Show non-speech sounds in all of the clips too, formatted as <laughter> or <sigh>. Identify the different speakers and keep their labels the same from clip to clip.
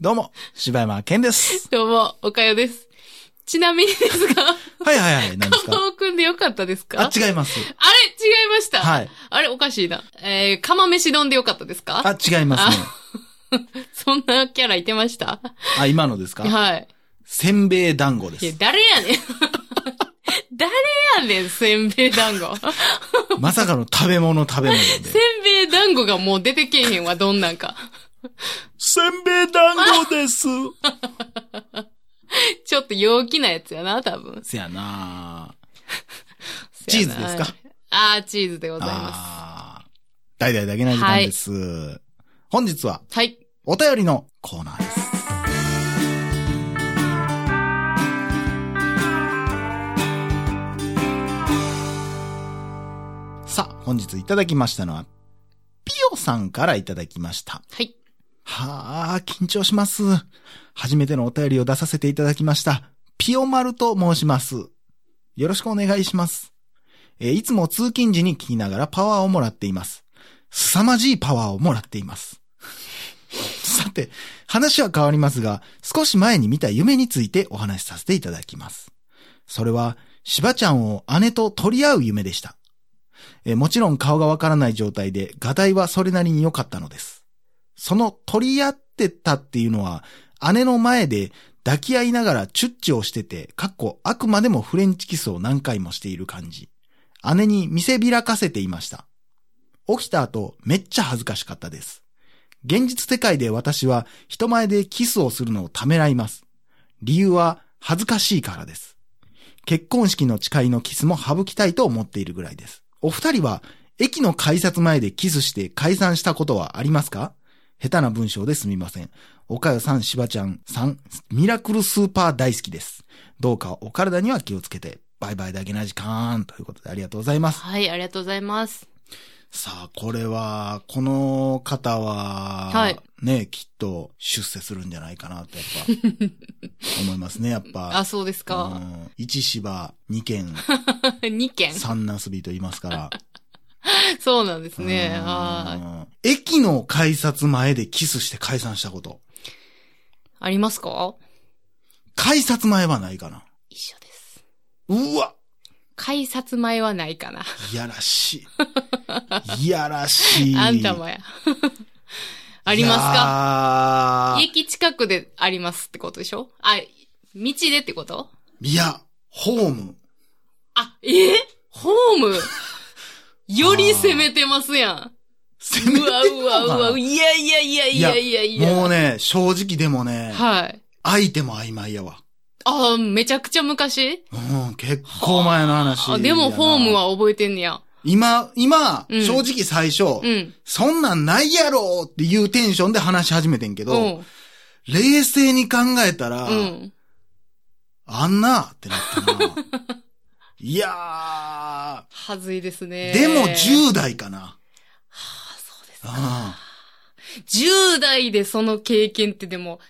Speaker 1: どうも、柴山健です。
Speaker 2: どうも、おかよです。ちなみにですが、
Speaker 1: はいはいはい、何ですか
Speaker 2: 顔を組んでよかったです
Speaker 1: <laughs>
Speaker 2: か
Speaker 1: あ、違います。
Speaker 2: あれ違いました。
Speaker 1: はい。
Speaker 2: あれおかしいな。えー、釜飯丼でよかったですか
Speaker 1: あ、違いますね。
Speaker 2: そんなキャラいてました
Speaker 1: あ、今のですか
Speaker 2: はい。
Speaker 1: せんべい団子で
Speaker 2: いや
Speaker 1: す、。
Speaker 2: 誰やねん。 <laughs> 誰やねん、せんべい団子。
Speaker 1: まさかの食べ物食べ物
Speaker 2: せ
Speaker 1: で。
Speaker 2: んべい団子がもう出てけえへんわ、どんなんか。
Speaker 1: せんべい団子です。
Speaker 2: ちょっと陽気なやつやな、多分。
Speaker 1: <laughs> せやな
Speaker 2: せ
Speaker 1: チ
Speaker 2: や
Speaker 1: ー
Speaker 2: な
Speaker 1: ズですか
Speaker 2: あー、チーズでございま
Speaker 1: あー。代々だけな時間です。本日は、
Speaker 2: す。はい。
Speaker 1: お便りのコーナーです。さあ、本日いただきましたのは、ピオさんからいただきました。
Speaker 2: はい。
Speaker 1: はあ、緊張します。初めてのお便りを出させていただきました。ピオマルと申します。よろしくお願いします。えーいつも通勤時に聞きながらパワーをもらっています。凄まじいパワーをもらっています。 <laughs> さて、話は変わりますが、少し前に見た夢についてお話しさせていただきます。それは、しばちゃんを姉と取り合う夢でした。えーもちろん顔がわからない状態で、画題はそれなりに良かったのです。その取り合ってたっていうのは、姉の前で抱き合いながらチュッチをしてて、かっこあくまでもフレンチキスを何回もしている感じ。姉に見せびらかせていました。起きた後、めっちゃ恥ずかしかったです。現実世界で私は人前でキスをするのをためらいます。理由は恥ずかしいからです。結婚式の誓いのキスも省きたいと思っているぐらいです。お二人は駅の改札前でキスして解散したことはありますか下手な文章ですみません。おかよさん、しばちゃんさん、ミラクルスーパー大好きです。どうかお体には気をつけて、バイバイだけな時間ということでありがとうございます。
Speaker 2: はい、ありがとうございます。
Speaker 1: さあ、これは、この方は、
Speaker 2: はい
Speaker 1: ね、きっと出世するんじゃないかなと、やっ
Speaker 2: <laughs>
Speaker 1: ぱ、思いますね、やっぱ。
Speaker 2: あ、そうです
Speaker 1: う
Speaker 2: か。
Speaker 1: ん一芝、二軒、
Speaker 2: <laughs> 2件。
Speaker 1: 三なすびと言いますから。
Speaker 2: そうなんです <laughs> ね。
Speaker 1: うん
Speaker 2: はい。
Speaker 1: 駅の改札前でキスして解散したこと。
Speaker 2: ありますか
Speaker 1: 改札前はないかな。
Speaker 2: 一緒です。
Speaker 1: うわ
Speaker 2: 改札前はないかな。
Speaker 1: いやらし
Speaker 2: <laughs>
Speaker 1: い。いやらしい。
Speaker 2: あんたもや。 <laughs> ありますか
Speaker 1: か
Speaker 2: 駅近くでありますってことでしょあ、道でってこと
Speaker 1: いや、ホーム。
Speaker 2: あ、えホ
Speaker 1: <laughs>
Speaker 2: ームより攻めてますやん。
Speaker 1: せ
Speaker 2: う
Speaker 1: めて
Speaker 2: わうわう
Speaker 1: な <laughs>
Speaker 2: わ、いやいやいやいやいやいや。
Speaker 1: もうね、正直でもね、
Speaker 2: はい。
Speaker 1: 相手も曖昧やわ。
Speaker 2: あめちゃくちゃ昔
Speaker 1: うん、結構前の話や
Speaker 2: あ
Speaker 1: な。
Speaker 2: でもホームは覚えてんねや。
Speaker 1: 今、今、
Speaker 2: うん
Speaker 1: 正直最初、
Speaker 2: うん。
Speaker 1: そんなんないやろっていうテンションで話し始めてんけ
Speaker 2: う
Speaker 1: ど、
Speaker 2: ん。
Speaker 1: 冷静に考えたら、
Speaker 2: うん。
Speaker 1: あんなってな
Speaker 2: <laughs>
Speaker 1: ったな。いや
Speaker 2: はずいですね。
Speaker 1: ー、でも
Speaker 2: は
Speaker 1: 10代かな。
Speaker 2: あ、そうです
Speaker 1: う
Speaker 2: か
Speaker 1: ん。
Speaker 2: 10代でその経験ってでも、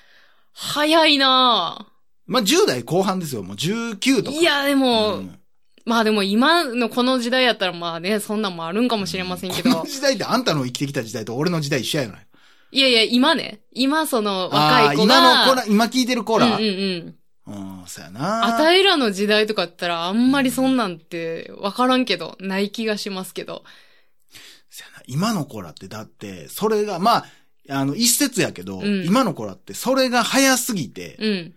Speaker 2: 早いなぁ
Speaker 1: まあ、10代後半ですよ。もう19とか。
Speaker 2: いや、でも、
Speaker 1: うん
Speaker 2: まあでも今のこの時代やったらまあね、そんなんもあるんかもしれませんけ
Speaker 1: この
Speaker 2: ど。
Speaker 1: 時代ってあんたの生きてきた時代と俺の時代一緒やない。
Speaker 2: いやいや、今ね。今その若い子
Speaker 1: あー
Speaker 2: が。
Speaker 1: 今のコーラ、今聞いてるコーラ。
Speaker 2: うんうんうん。
Speaker 1: うん、そやな。
Speaker 2: あたいらの時代とかやったらあんまりそんなんってわからんけど、ない気がしますけど。
Speaker 1: そやな今の子らってだって、それが、まあ、あの、一説やけど、
Speaker 2: うん
Speaker 1: 今の子らってそれが早すぎて、
Speaker 2: うん。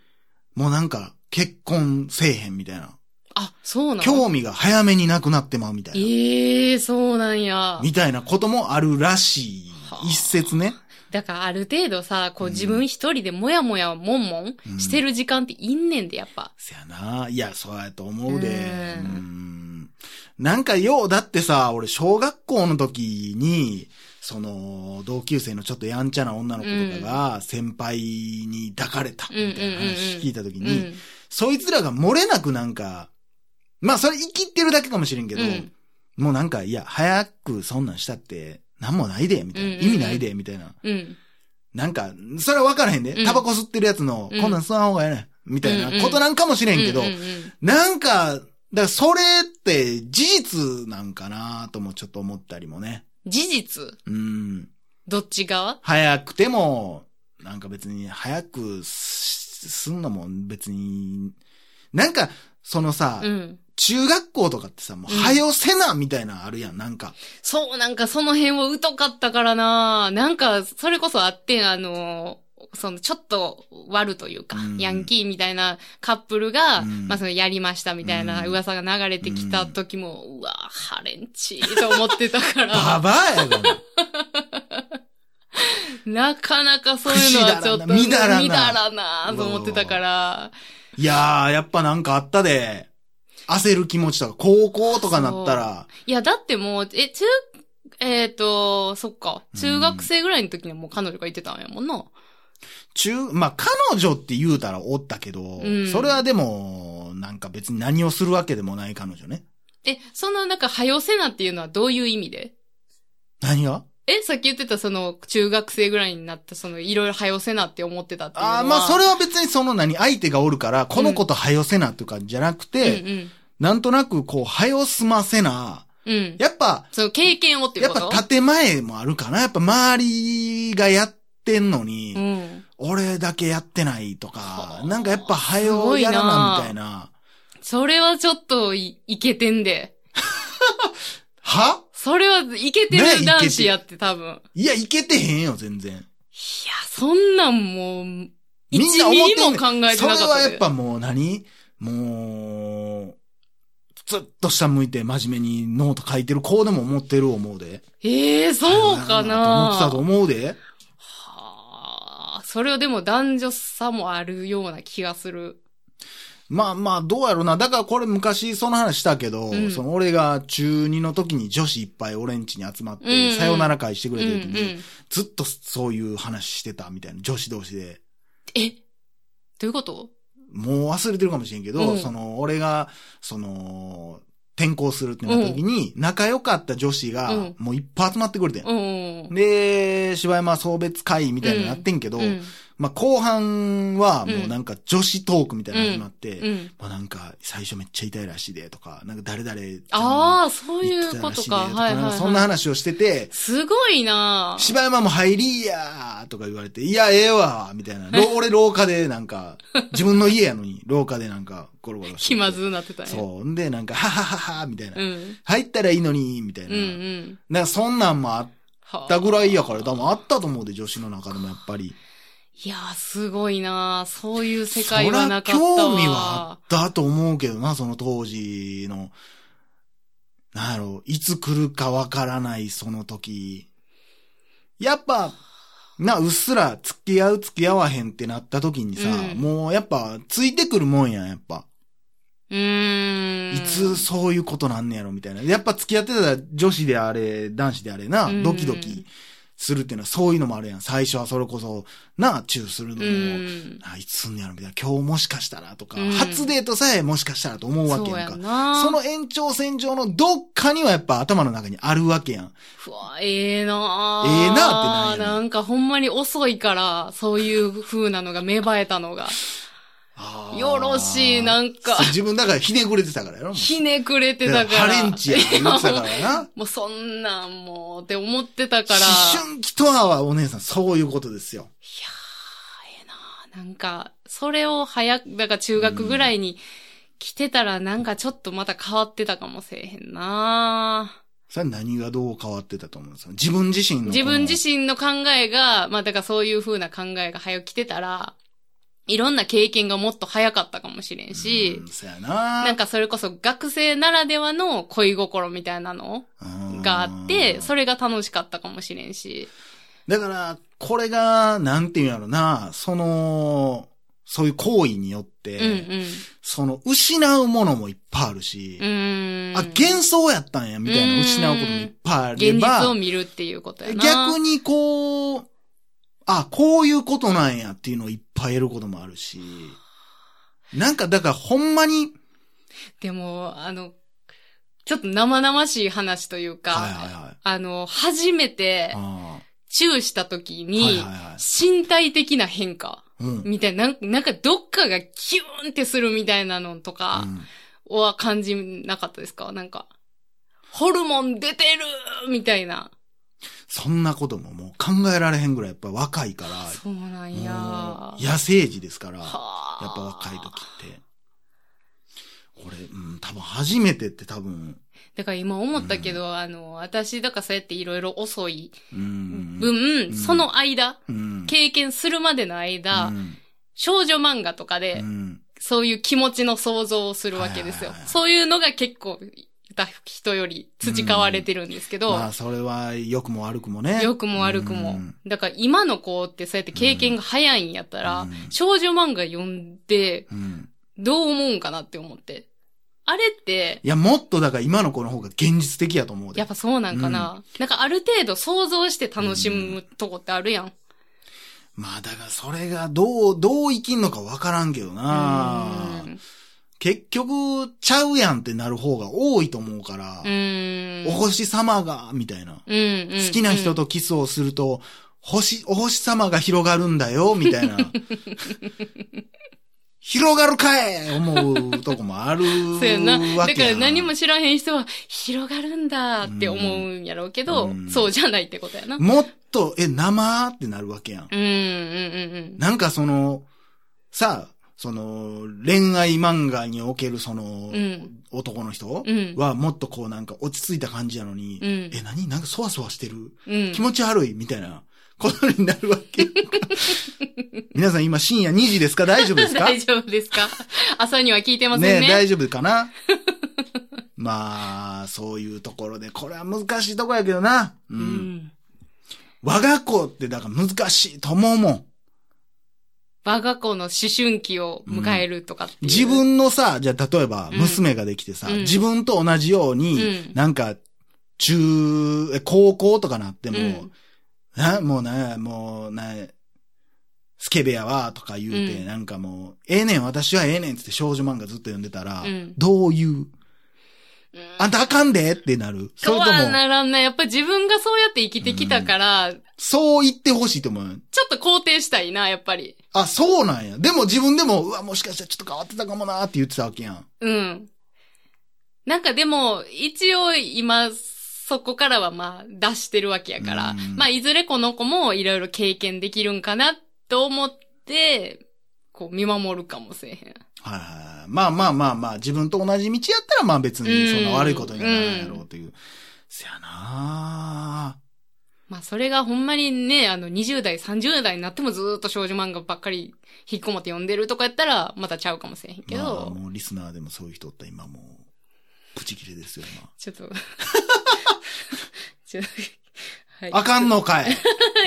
Speaker 1: もうなんか、結婚せえへんみたいな。
Speaker 2: あ、そうなの
Speaker 1: 興味が早めになくなってまうみたいな。
Speaker 2: ええそうなんや。
Speaker 1: みたいなこともあるらしい
Speaker 2: は。あ
Speaker 1: 一説ね。
Speaker 2: だからある程度さ、こう
Speaker 1: うん
Speaker 2: 自分一人でもやもやもんもんしてる時間っていんねんで、やっぱ。
Speaker 1: そやな。いや、そうやと思うで。
Speaker 2: うん
Speaker 1: うんなんかよう、だってさ、俺、小学校の時に、その、同級生のちょっとやんちゃな女の子とかが、先輩に抱かれた、みたいな話聞いた時
Speaker 2: う
Speaker 1: に、
Speaker 2: ん。
Speaker 1: そいつらが漏れなくなんか、まあ、それ生きってるだけかもしれんけど、
Speaker 2: うん
Speaker 1: もうなんか、いや、早くそんなんしたって、なんもないで、みたいな。
Speaker 2: うんうんうん
Speaker 1: 意味ないで、みたいな。
Speaker 2: うん。
Speaker 1: なんか、それは分からへんで、
Speaker 2: うん
Speaker 1: タバコ吸ってるやつの、
Speaker 2: うん
Speaker 1: こんなん吸わん方がええねん、みたい
Speaker 2: うんう
Speaker 1: なんことなんかもしれんけど、
Speaker 2: うんうんうん
Speaker 1: なんか、だからそれって事実なんかなともちょっと思ったりもね。
Speaker 2: 事実
Speaker 1: うん。
Speaker 2: どっち側
Speaker 1: 早くても、なんか別に早くすすんのも別に、なんか、そのさ、
Speaker 2: うん。
Speaker 1: 中学校とかってさ、もう、
Speaker 2: うん
Speaker 1: 早よせな、みたいなのあるやん、なんか。
Speaker 2: そう、なんかその辺は疎かったからななんか、それこそあって、あのーその、ちょっと、悪というか、
Speaker 1: うん
Speaker 2: ヤンキーみたいなカップルが、
Speaker 1: うん
Speaker 2: まあ、その、やりましたみたいな
Speaker 1: うん
Speaker 2: 噂が流れてきた時も、うわハレンチと思って
Speaker 1: <laughs>
Speaker 2: た
Speaker 1: バ
Speaker 2: から、
Speaker 1: バア
Speaker 2: <laughs>
Speaker 1: やから。
Speaker 2: なかなかそういうのはちょっと、
Speaker 1: くしだらなみ
Speaker 2: み
Speaker 1: だら
Speaker 2: だらなと思ってたから、
Speaker 1: いやー、やっぱなんかあったで、焦る気持ちとか、高校とかなったら、
Speaker 2: いや、だってもう、え、中、えっ、と、そっか、中学生ぐらいの時にはもう彼女が言ってたんやもんな。
Speaker 1: 中、まあ、彼女って言うたらおったけど、
Speaker 2: うん
Speaker 1: それはでも、なんか別に何をするわけでもない彼女ね。
Speaker 2: え、その、なんか、はよせなっていうのはどういう意味で
Speaker 1: 何が
Speaker 2: え、さっき言ってた、その、中学生ぐらいになった、その、いろいろはよせなって思ってたっていうのは。
Speaker 1: ああ、まあ、そ
Speaker 2: れ
Speaker 1: れは別にその何、相手がおるから、このことはよせなとかじゃなくて、
Speaker 2: うん
Speaker 1: なんとなくこう、はよ済ませな、
Speaker 2: うん。うん。
Speaker 1: やっぱ、
Speaker 2: その、経験をっていう
Speaker 1: やっ
Speaker 2: こと
Speaker 1: ぱ建前もあるかな。やっぱ周りがやってんのに、
Speaker 2: うん。
Speaker 1: 俺だけやってないと
Speaker 2: は
Speaker 1: か、
Speaker 2: あ
Speaker 1: なんかやっぱ早うやら
Speaker 2: すごい
Speaker 1: な
Speaker 2: な
Speaker 1: みたいな。
Speaker 2: それはちょっとい、いけてんで。
Speaker 1: は
Speaker 2: それは、いけて
Speaker 1: ね
Speaker 2: る
Speaker 1: いけ
Speaker 2: 男
Speaker 1: て
Speaker 2: 子やって、多分。いや、
Speaker 1: いや、いけてへんよ、全然。
Speaker 2: そんなんもう、1ミ
Speaker 1: みんな思ってん
Speaker 2: リ
Speaker 1: ねん
Speaker 2: も考えて
Speaker 1: それ
Speaker 2: なかったで。
Speaker 1: はやっぱもう何もう、ずっと下向いて真面目にノート書いてる子でも思ってる思うで。
Speaker 2: ええそうかな
Speaker 1: 思ってたと思うで。
Speaker 2: はあ、それはでも男女差もあるような気がする。
Speaker 1: まあまあ、どうやろうな。だからこれ昔その話したけど、
Speaker 2: うん
Speaker 1: その俺が中2の時に女子いっぱい俺ん家に集まって、
Speaker 2: うんうん
Speaker 1: さよなら会してく
Speaker 2: うん
Speaker 1: れ
Speaker 2: う
Speaker 1: た時に、
Speaker 2: ん。
Speaker 1: ずっとそういう話してたみたいな、女子同士で。
Speaker 2: えどういうこと
Speaker 1: もう忘れてるかもしれんけど、
Speaker 2: うん
Speaker 1: その、俺が、その、転校するってなった時に、仲良かった女子が、
Speaker 2: うん
Speaker 1: もういっぱい集まってくれてん。
Speaker 2: うんうんうん。
Speaker 1: で、柴山送別会みたいなのやってんけど、
Speaker 2: うん
Speaker 1: まあ後半はもうなんか女子トークみたいなの始まって、
Speaker 2: うん。
Speaker 1: まあなんか最初めっちゃ痛いらしいでとか、なんか誰々ちゃん
Speaker 2: ああ、そうい
Speaker 1: 言ってた
Speaker 2: うこ
Speaker 1: らし
Speaker 2: と
Speaker 1: いで
Speaker 2: か。はいはい、はい。
Speaker 1: そんな話をしてて、
Speaker 2: すごいな
Speaker 1: 柴山も入りやーとか言われて、いや、ええわーみたいな。
Speaker 2: <laughs>
Speaker 1: ろ俺廊下でなんか、自分の家やのに廊下でなんかゴロゴロしてて
Speaker 2: 気まずうなってたね。
Speaker 1: そう。んで、なんか、はははは、みたいな。
Speaker 2: うん。
Speaker 1: 入ったらいいのに、みたい
Speaker 2: うん
Speaker 1: な。
Speaker 2: うん。
Speaker 1: なんか、そんなんもあっ
Speaker 2: はあ
Speaker 1: たぐらいやから、多分あったと思うで、女子の中でもやっぱり。
Speaker 2: いやー、すごいなそういう世界はなかった
Speaker 1: そ
Speaker 2: わ。
Speaker 1: ら興味はあったと思うけどな、その当時の。なんやろう、いつ来るかわからない、その時。やっぱ、な、うっすら付き合う付き合わへんってなった時にさ、
Speaker 2: うん
Speaker 1: もうやっぱ、ついてくるもんやん、やっぱ。
Speaker 2: うーん。
Speaker 1: いつそういうことなんねやろみたいな。やっぱ付き合ってたら女子であれ、男子であれな
Speaker 2: う、ん
Speaker 1: ドキドキするっていうのはそういうのもあるやん。最初はそれこそ、な、チューするのも、
Speaker 2: うん。
Speaker 1: あいつすんねやろみたいな。今日もしかしたらとか、
Speaker 2: うん
Speaker 1: 初デートさえもしかしたらと思うわけ
Speaker 2: そう
Speaker 1: や
Speaker 2: や
Speaker 1: んか。
Speaker 2: な
Speaker 1: その延長線上のどっかにはやっぱ頭の中にあるわけやん。
Speaker 2: ふわ、ええな
Speaker 1: ええなってなんやねん
Speaker 2: なんかほんまに遅いから、そういう風なのが芽生えたのが。
Speaker 1: あー
Speaker 2: よろしい、なんか
Speaker 1: そう、自分だからひねくれてたからやろもう
Speaker 2: ひねくれてたから。
Speaker 1: ハレンチや言ってたからな。
Speaker 2: <laughs> もうそんなんもう、って思ってたから。
Speaker 1: 思春期とはお姉さん、そういうことですよ。
Speaker 2: いやー、ええななんか、それを早く、だから中学ぐらいに来てたら、なんかちょっとまた変わってたかもしれへんな
Speaker 1: それは何がどう変わってたと思うんですか自分自身のこの。
Speaker 2: 自分自身の考えが、まあだからそういう風な考えが早く来てたら、いろんな経験がもっと早かったかもしれんし
Speaker 1: う、んそうやな。
Speaker 2: なんかそれこそ学生ならではの恋心みたいなの
Speaker 1: うん
Speaker 2: があって、それが楽しかったかもしれんし。
Speaker 1: だから、これが、なんていうんやろな、その、そういう行為によって、
Speaker 2: うんうん。
Speaker 1: その、失うものもいっぱいあるし
Speaker 2: う、ーん。
Speaker 1: あ、幻想やったんや、みたいな、
Speaker 2: うん
Speaker 1: 失うこともいっぱいあれ
Speaker 2: 現実を
Speaker 1: ば、
Speaker 2: 見るっていうことやな。
Speaker 1: 逆にこう、あ、こういうことなんやっていうのをいっぱい得ることもあるし、なんか、だから、ほんまに、
Speaker 2: でも、あの、ちょっと生々しい話というか、
Speaker 1: はいはいはい。
Speaker 2: あの、初めて
Speaker 1: あ
Speaker 2: チューした
Speaker 1: ー
Speaker 2: 時に、
Speaker 1: はいはいは
Speaker 2: 身体的な変化
Speaker 1: い。うん。
Speaker 2: みたいな、なんなんかどっかがキューンってするみたいなのと
Speaker 1: う
Speaker 2: か
Speaker 1: ん
Speaker 2: は感じなかったですかなんか、ホルモン出てるみたいな。
Speaker 1: そんなことももう考えられへんぐらいやっぱ若いから、
Speaker 2: そうなんや。
Speaker 1: も
Speaker 2: は
Speaker 1: う野生児ですから、やっ
Speaker 2: あ。
Speaker 1: ぱ若い時って。俺、うん、多分初めてって多分、
Speaker 2: だから今思ったけど、あの、私、だからそうやっていろいろ遅い
Speaker 1: うん。
Speaker 2: 分、
Speaker 1: うん
Speaker 2: その間、
Speaker 1: うん、
Speaker 2: 経験するまでの間、
Speaker 1: うん
Speaker 2: 少女漫画とかで、
Speaker 1: うん
Speaker 2: そういう気持ちの想像をするわけです
Speaker 1: はい
Speaker 2: よ
Speaker 1: はいは。い
Speaker 2: そういうのが結構、人より培われてるんですけど、
Speaker 1: まあ、それは良くも悪くもね。
Speaker 2: 良くも悪くも。
Speaker 1: うん
Speaker 2: だから今の子ってそうやって経験が早いんやったら、
Speaker 1: うん
Speaker 2: 少女漫画読んで
Speaker 1: うん。
Speaker 2: どう思うんかなって思って。あれって、
Speaker 1: いや、もっとだから今の子の方が現実的やと思うで。
Speaker 2: やっぱそうなんかな、なんかある程度想像して楽しむとこってあるやん。
Speaker 1: まあ、だからそれがどう、どう生きんのかわからんけどな
Speaker 2: う。ん
Speaker 1: 結局、ちゃうやんってなる方が多いと思うから、
Speaker 2: うん。
Speaker 1: お星様が、みたいな。
Speaker 2: うんうんうん
Speaker 1: 好きな人。とキスをすると、星、お星様が広がるんだよ、みたい
Speaker 2: <laughs>
Speaker 1: な。広がるかい思うとこもある
Speaker 2: <laughs> そうやな。
Speaker 1: わ
Speaker 2: だ
Speaker 1: け
Speaker 2: か
Speaker 1: や
Speaker 2: ら何も知らへん人は、広がるんだって思うんやろうけど、
Speaker 1: うん
Speaker 2: そうじゃないってことやな。うん、
Speaker 1: もっと、え、生ってなるわけやん。
Speaker 2: うん、うん、
Speaker 1: なんかその、さあ、その、恋愛漫画におけるその、
Speaker 2: うん
Speaker 1: 男の人
Speaker 2: うん
Speaker 1: はもっとこうなんか落ち着いた感じなのに、
Speaker 2: うん
Speaker 1: え、何なんかそわそわしてる
Speaker 2: うん。
Speaker 1: 気持ち悪いみたいなことになるわ
Speaker 2: <laughs>
Speaker 1: けやんか。皆さん今深夜2時ですか大丈夫ですか
Speaker 2: <laughs> 大丈夫ですか朝には聞いてませんね。
Speaker 1: ねえ大丈夫かな <laughs> まあ、そういうところで、これは難しいとこやけどな。う。
Speaker 2: うんん。
Speaker 1: 我が子ってだから難しいと思うもん。
Speaker 2: 我が子の思春期を迎えるとかっていう。
Speaker 1: 自分のさ、じゃあ例えば
Speaker 2: うん
Speaker 1: 娘ができてさ、
Speaker 2: うん
Speaker 1: 自分と同じように、
Speaker 2: うん
Speaker 1: なんか、中、え高校とかなっても、
Speaker 2: うん
Speaker 1: な、もうな、もうな、スケベやわ、とか言うて、
Speaker 2: うん
Speaker 1: なんかもう、ええねん、私はええねんっつって少女漫画ずっと読んでたら、
Speaker 2: うん
Speaker 1: どういう、
Speaker 2: うん
Speaker 1: あんたあかんでってなる。そ
Speaker 2: と
Speaker 1: れと
Speaker 2: は
Speaker 1: も、
Speaker 2: ならんない。やっぱ自分がそうやって生きてきたから、ちょ
Speaker 1: そう言ってほしいと思う。
Speaker 2: っと肯定したいな、やっぱり。
Speaker 1: あ、そうなんや。でも自分でも、うわ、もしかしたらちょっと変わってたかもなーって言ってたわけやん。
Speaker 2: うん。なんかでも、一応今、そこからはまあ出してるわけやから、
Speaker 1: うん
Speaker 2: まあいずれこの子もいろいろ経験できるんかなと思って、こう見守るかもしれへん。
Speaker 1: はいはいはい。まあまあまあまあ、自分と同じ道やったら、まあ別にそんな悪いことにはならないやろうという。せやなぁ
Speaker 2: まあそれがほんまにね、あの20代、30代になってもずーっと少女漫画ばっかり引っこもって読んでるとかやったら、またちゃうかもしれへんけど、
Speaker 1: まあ、もうリスナーでもそういう人おったら今もう、プチ切れですよ、今。
Speaker 2: ちょっ
Speaker 1: <laughs>
Speaker 2: と。ちょっとはい。
Speaker 1: あかんのかい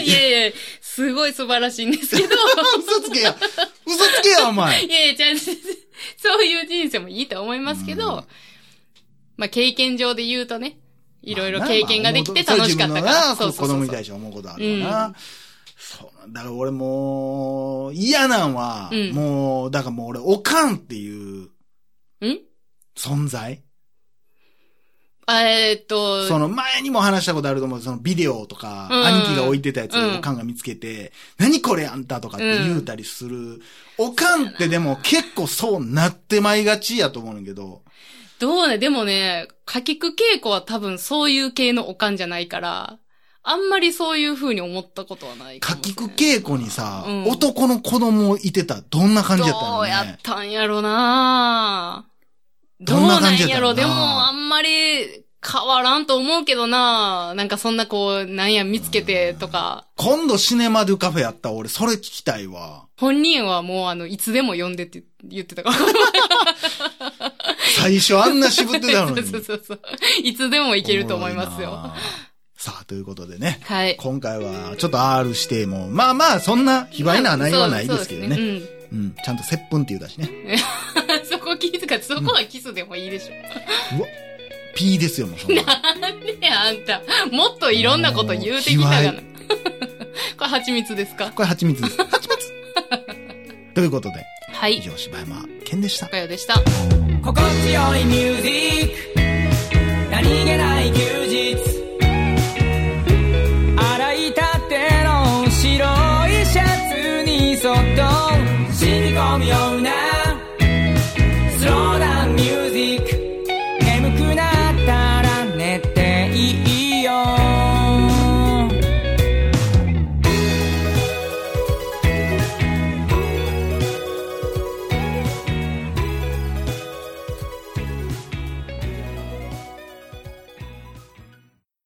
Speaker 2: いやいや、すごい素晴らしいんですけど。
Speaker 1: 嘘つけや嘘つけや、お前
Speaker 2: いやいや、ちゃんと、そういう人生もいいと思いますけど、
Speaker 1: うん
Speaker 2: まあ経験上で言うとね、 <laughs> いろいろ
Speaker 1: まあ
Speaker 2: 経験ができて楽しかったか
Speaker 1: まあ
Speaker 2: ら。
Speaker 1: そう自分のな子供に
Speaker 2: い。
Speaker 1: 対して思うことあるよな。
Speaker 2: うん
Speaker 1: そうだから俺もう、嫌なんは、
Speaker 2: うん
Speaker 1: もう、だからもう俺、おかんっていうん存在。
Speaker 2: あえーっと、
Speaker 1: その前にも話したことあると思う。そのビデオとか、
Speaker 2: うん
Speaker 1: 兄貴が置いてたやつ
Speaker 2: う
Speaker 1: を
Speaker 2: ん
Speaker 1: おかんが見つけて、何これあんたとかって言うたりする。おかんってでも結構そうなってまいがちやと思うんだけど、
Speaker 2: どうね、でもね、かきく稽古は多分そういう系のおかんじゃないから、あんまりそういう風に思ったことはないか
Speaker 1: か
Speaker 2: もしれ
Speaker 1: き
Speaker 2: ん
Speaker 1: く稽古にさ、
Speaker 2: うん
Speaker 1: 男の子供いてたらどんな感じやった
Speaker 2: ど
Speaker 1: の
Speaker 2: うや
Speaker 1: ね
Speaker 2: っ。たんやろな
Speaker 1: どんな感じやったんやろな
Speaker 2: どうなんやろでも、あんまり変わらんと思うけどななんかそんなこう、なんや見つけてとか、
Speaker 1: 今度シネマドゥカフェやったら俺それ聞きたいわ。
Speaker 2: 本人はもうあの、いつでも呼んでって言ってたから。
Speaker 1: 最初あんな渋ってたのに。
Speaker 2: <laughs> そうそうそう。いつでもいけると思います
Speaker 1: おもろ
Speaker 2: よ。
Speaker 1: な。さあ、ということでね。
Speaker 2: はい。
Speaker 1: 今回はちょっと R しても、まあまあそんな卑猥な内容はないですけど
Speaker 2: そ
Speaker 1: ね
Speaker 2: う。ですね
Speaker 1: うん、ちゃんと接吻って言うだしね。
Speaker 2: うん <laughs> そこ気遣って、そこはキスでもいいでしょ。
Speaker 1: うわ、P ですよ、もうそんな。
Speaker 2: <laughs> ねえ、あんた、もっといろんな <laughs> こと言うてきたがな。
Speaker 1: も
Speaker 2: これ蜂蜜ですか
Speaker 1: これ蜂蜜です。蜂蜜
Speaker 2: <laughs>
Speaker 1: ということで、
Speaker 2: は
Speaker 1: 以
Speaker 2: い。
Speaker 1: 上、柴山健でした
Speaker 2: お。かよでした。
Speaker 3: 心地よいミュージック